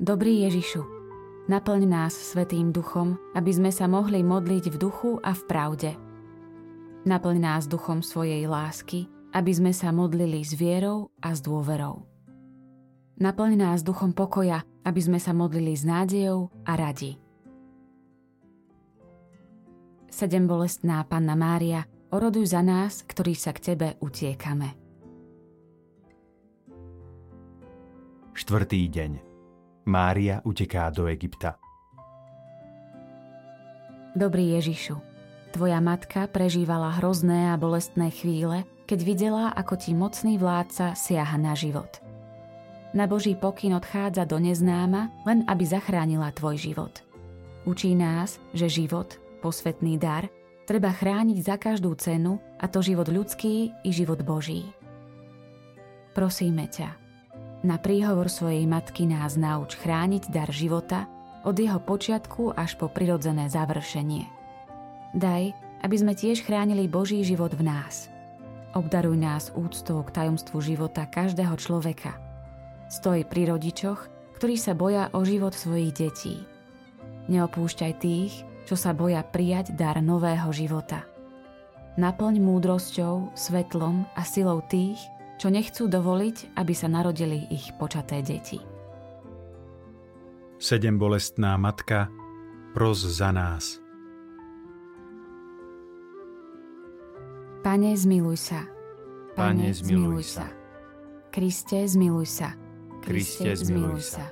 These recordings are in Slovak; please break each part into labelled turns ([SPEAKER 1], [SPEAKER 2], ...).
[SPEAKER 1] Dobrý Ježišu, naplň nás Svetým Duchom, aby sme sa mohli modliť v duchu a v pravde. Naplň nás duchom svojej lásky, aby sme sa modlili s vierou a s dôverou. Naplň nás duchom pokoja, aby sme sa modlili s nádejou a radi. Sedem bolestná Panna Mária, oroduj za nás, ktorí sa k Tebe utiekame.
[SPEAKER 2] Štvrtý deň. Mária uteká do Egypta.
[SPEAKER 1] Dobrý Ježišu, tvoja matka prežívala hrozné a bolestné chvíle, keď videla, ako ti mocný vládca siaha na život. Na Boží pokyn odchádza do neznáma, len aby zachránila tvoj život. Učí nás, že život, posvetný dar, treba chrániť za každú cenu, a to život ľudský i život Boží. Prosíme ťa, na príhovor svojej matky nás nauč chrániť dar života od jeho počiatku až po prirodzené završenie. Daj, aby sme tiež chránili Boží život v nás. Obdaruj nás úctou k tajomstvu života každého človeka. Stoj pri rodičoch, ktorí sa boja o život svojich detí. Neopúšťaj tých, čo sa boja prijať dar nového života. Naplň múdrosťou, svetlom a silou tých, čo nechcú dovoliť, aby sa narodili ich počaté deti.
[SPEAKER 2] Sedem bolestná matka, pros za nás.
[SPEAKER 1] Pane, zmiluj sa.
[SPEAKER 3] Pane, zmiluj sa.
[SPEAKER 1] Kriste, zmiluj sa.
[SPEAKER 3] Kriste, zmiluj sa.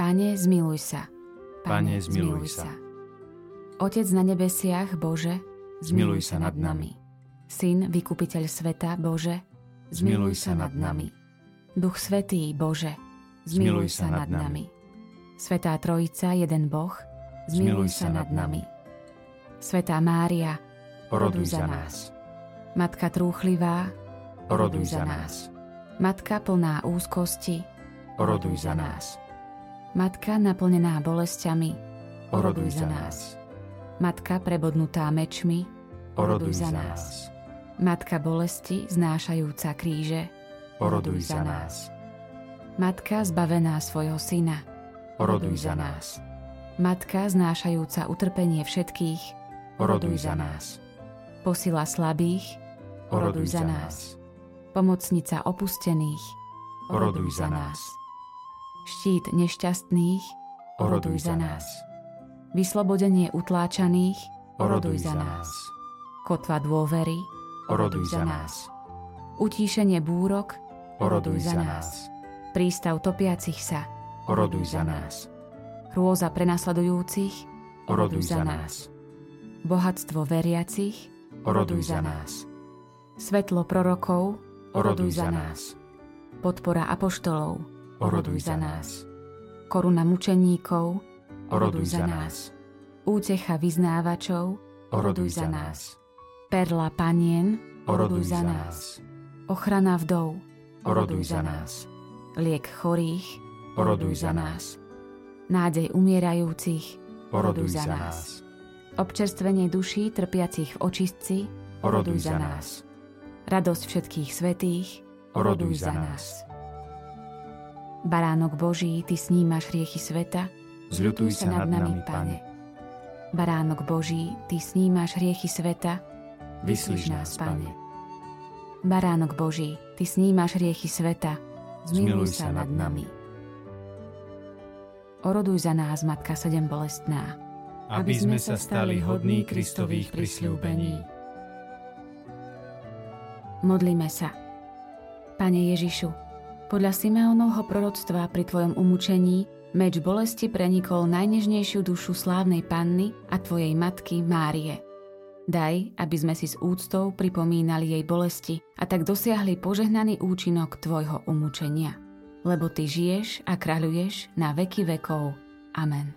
[SPEAKER 1] Pane, zmiluj sa.
[SPEAKER 3] Pane, zmiluj sa.
[SPEAKER 1] Otec na nebesiach, Bože,
[SPEAKER 3] Zmiluj sa nad nami.
[SPEAKER 1] Syn, vykupiteľ sveta, Bože,
[SPEAKER 3] Zmiluj sa nad nami.
[SPEAKER 1] Duch Svetý, Bože,
[SPEAKER 3] Zmiluj sa nad nami.
[SPEAKER 1] Svetá Trojica, jeden Boh,
[SPEAKER 3] Zmiluj sa nad nami.
[SPEAKER 1] Svetá Mária,
[SPEAKER 3] Oroduj za nás.
[SPEAKER 1] Matka trúchlivá,
[SPEAKER 3] Oroduj za nás.
[SPEAKER 1] Matka plná úzkosti,
[SPEAKER 3] Oroduj za nás.
[SPEAKER 1] Matka naplnená bolestiami,
[SPEAKER 3] Oroduj za nás.
[SPEAKER 1] Matka prebodnutá mečmi,
[SPEAKER 3] Oroduj za nás.
[SPEAKER 1] Matka bolesti znášajúca kríže,
[SPEAKER 3] Oroduj za nás.
[SPEAKER 1] Matka zbavená svojho syna,
[SPEAKER 3] Oroduj za nás.
[SPEAKER 1] Matka znášajúca utrpenie všetkých,
[SPEAKER 3] Oroduj za nás.
[SPEAKER 1] posila slabých,
[SPEAKER 3] Oroduj za nás.
[SPEAKER 1] pomocnica opustených,
[SPEAKER 3] Oroduj za nás.
[SPEAKER 1] štít nešťastných,
[SPEAKER 3] Oroduj za nás.
[SPEAKER 1] vyslobodenie utláčaných,
[SPEAKER 3] Oroduj za nás.
[SPEAKER 1] kotva dôvery,
[SPEAKER 3] Oroduj za nás.
[SPEAKER 1] utíšenie búrok,
[SPEAKER 3] Oroduj za nás.
[SPEAKER 1] prístav topiacich sa,
[SPEAKER 3] Oroduj za nás.
[SPEAKER 1] hrôza prenasledujúcich,
[SPEAKER 3] Oroduj za nás.
[SPEAKER 1] bohatstvo veriacich,
[SPEAKER 3] Oroduj za nás.
[SPEAKER 1] svetlo prorokov,
[SPEAKER 3] Oroduj za nás.
[SPEAKER 1] podpora apoštolov,
[SPEAKER 3] Oroduj za nás.
[SPEAKER 1] koruna mučeníkov,
[SPEAKER 3] Oroduj za nás.
[SPEAKER 1] útecha vyznávačov,
[SPEAKER 3] Oroduj za nás.
[SPEAKER 1] perla panien,
[SPEAKER 3] Oroduj za nás.
[SPEAKER 1] ochrana vdov,
[SPEAKER 3] Oroduj za nás.
[SPEAKER 1] liek chorých,
[SPEAKER 3] Oroduj za nás.
[SPEAKER 1] nádej umierajúcich,
[SPEAKER 3] Oroduj za nás.
[SPEAKER 1] občerstvenie duší trpiacich v očistci,
[SPEAKER 3] Oroduj za nás.
[SPEAKER 1] radosť všetkých svetých,
[SPEAKER 3] Oroduj za nás.
[SPEAKER 1] Baránok Boží, Ty snímaš riechy sveta,
[SPEAKER 3] Zľutuj sa nad nami, Pane.
[SPEAKER 1] Baránok Boží, Ty snímaš riechy sveta,
[SPEAKER 3] Vyslíš nás, Pane.
[SPEAKER 1] Baránok Boží, Ty snímaš riechy sveta, zmiluj sa nad nami. Oroduj za nás, Matka Sedem bolestná.
[SPEAKER 3] aby sme sa stali hodní Kristových prisľúbení.
[SPEAKER 1] Modlíme sa. Pane Ježišu, podľa Simeonovho proroctva pri Tvojom umúčení meč bolesti prenikol najnežnejšiu dušu slávnej panny a Tvojej matky Márie. Daj, aby sme si s úctou pripomínali jej bolesti a tak dosiahli požehnaný účinok Tvojho umúčenia. Lebo Ty žiješ a kráľuješ na veky vekov. Amen.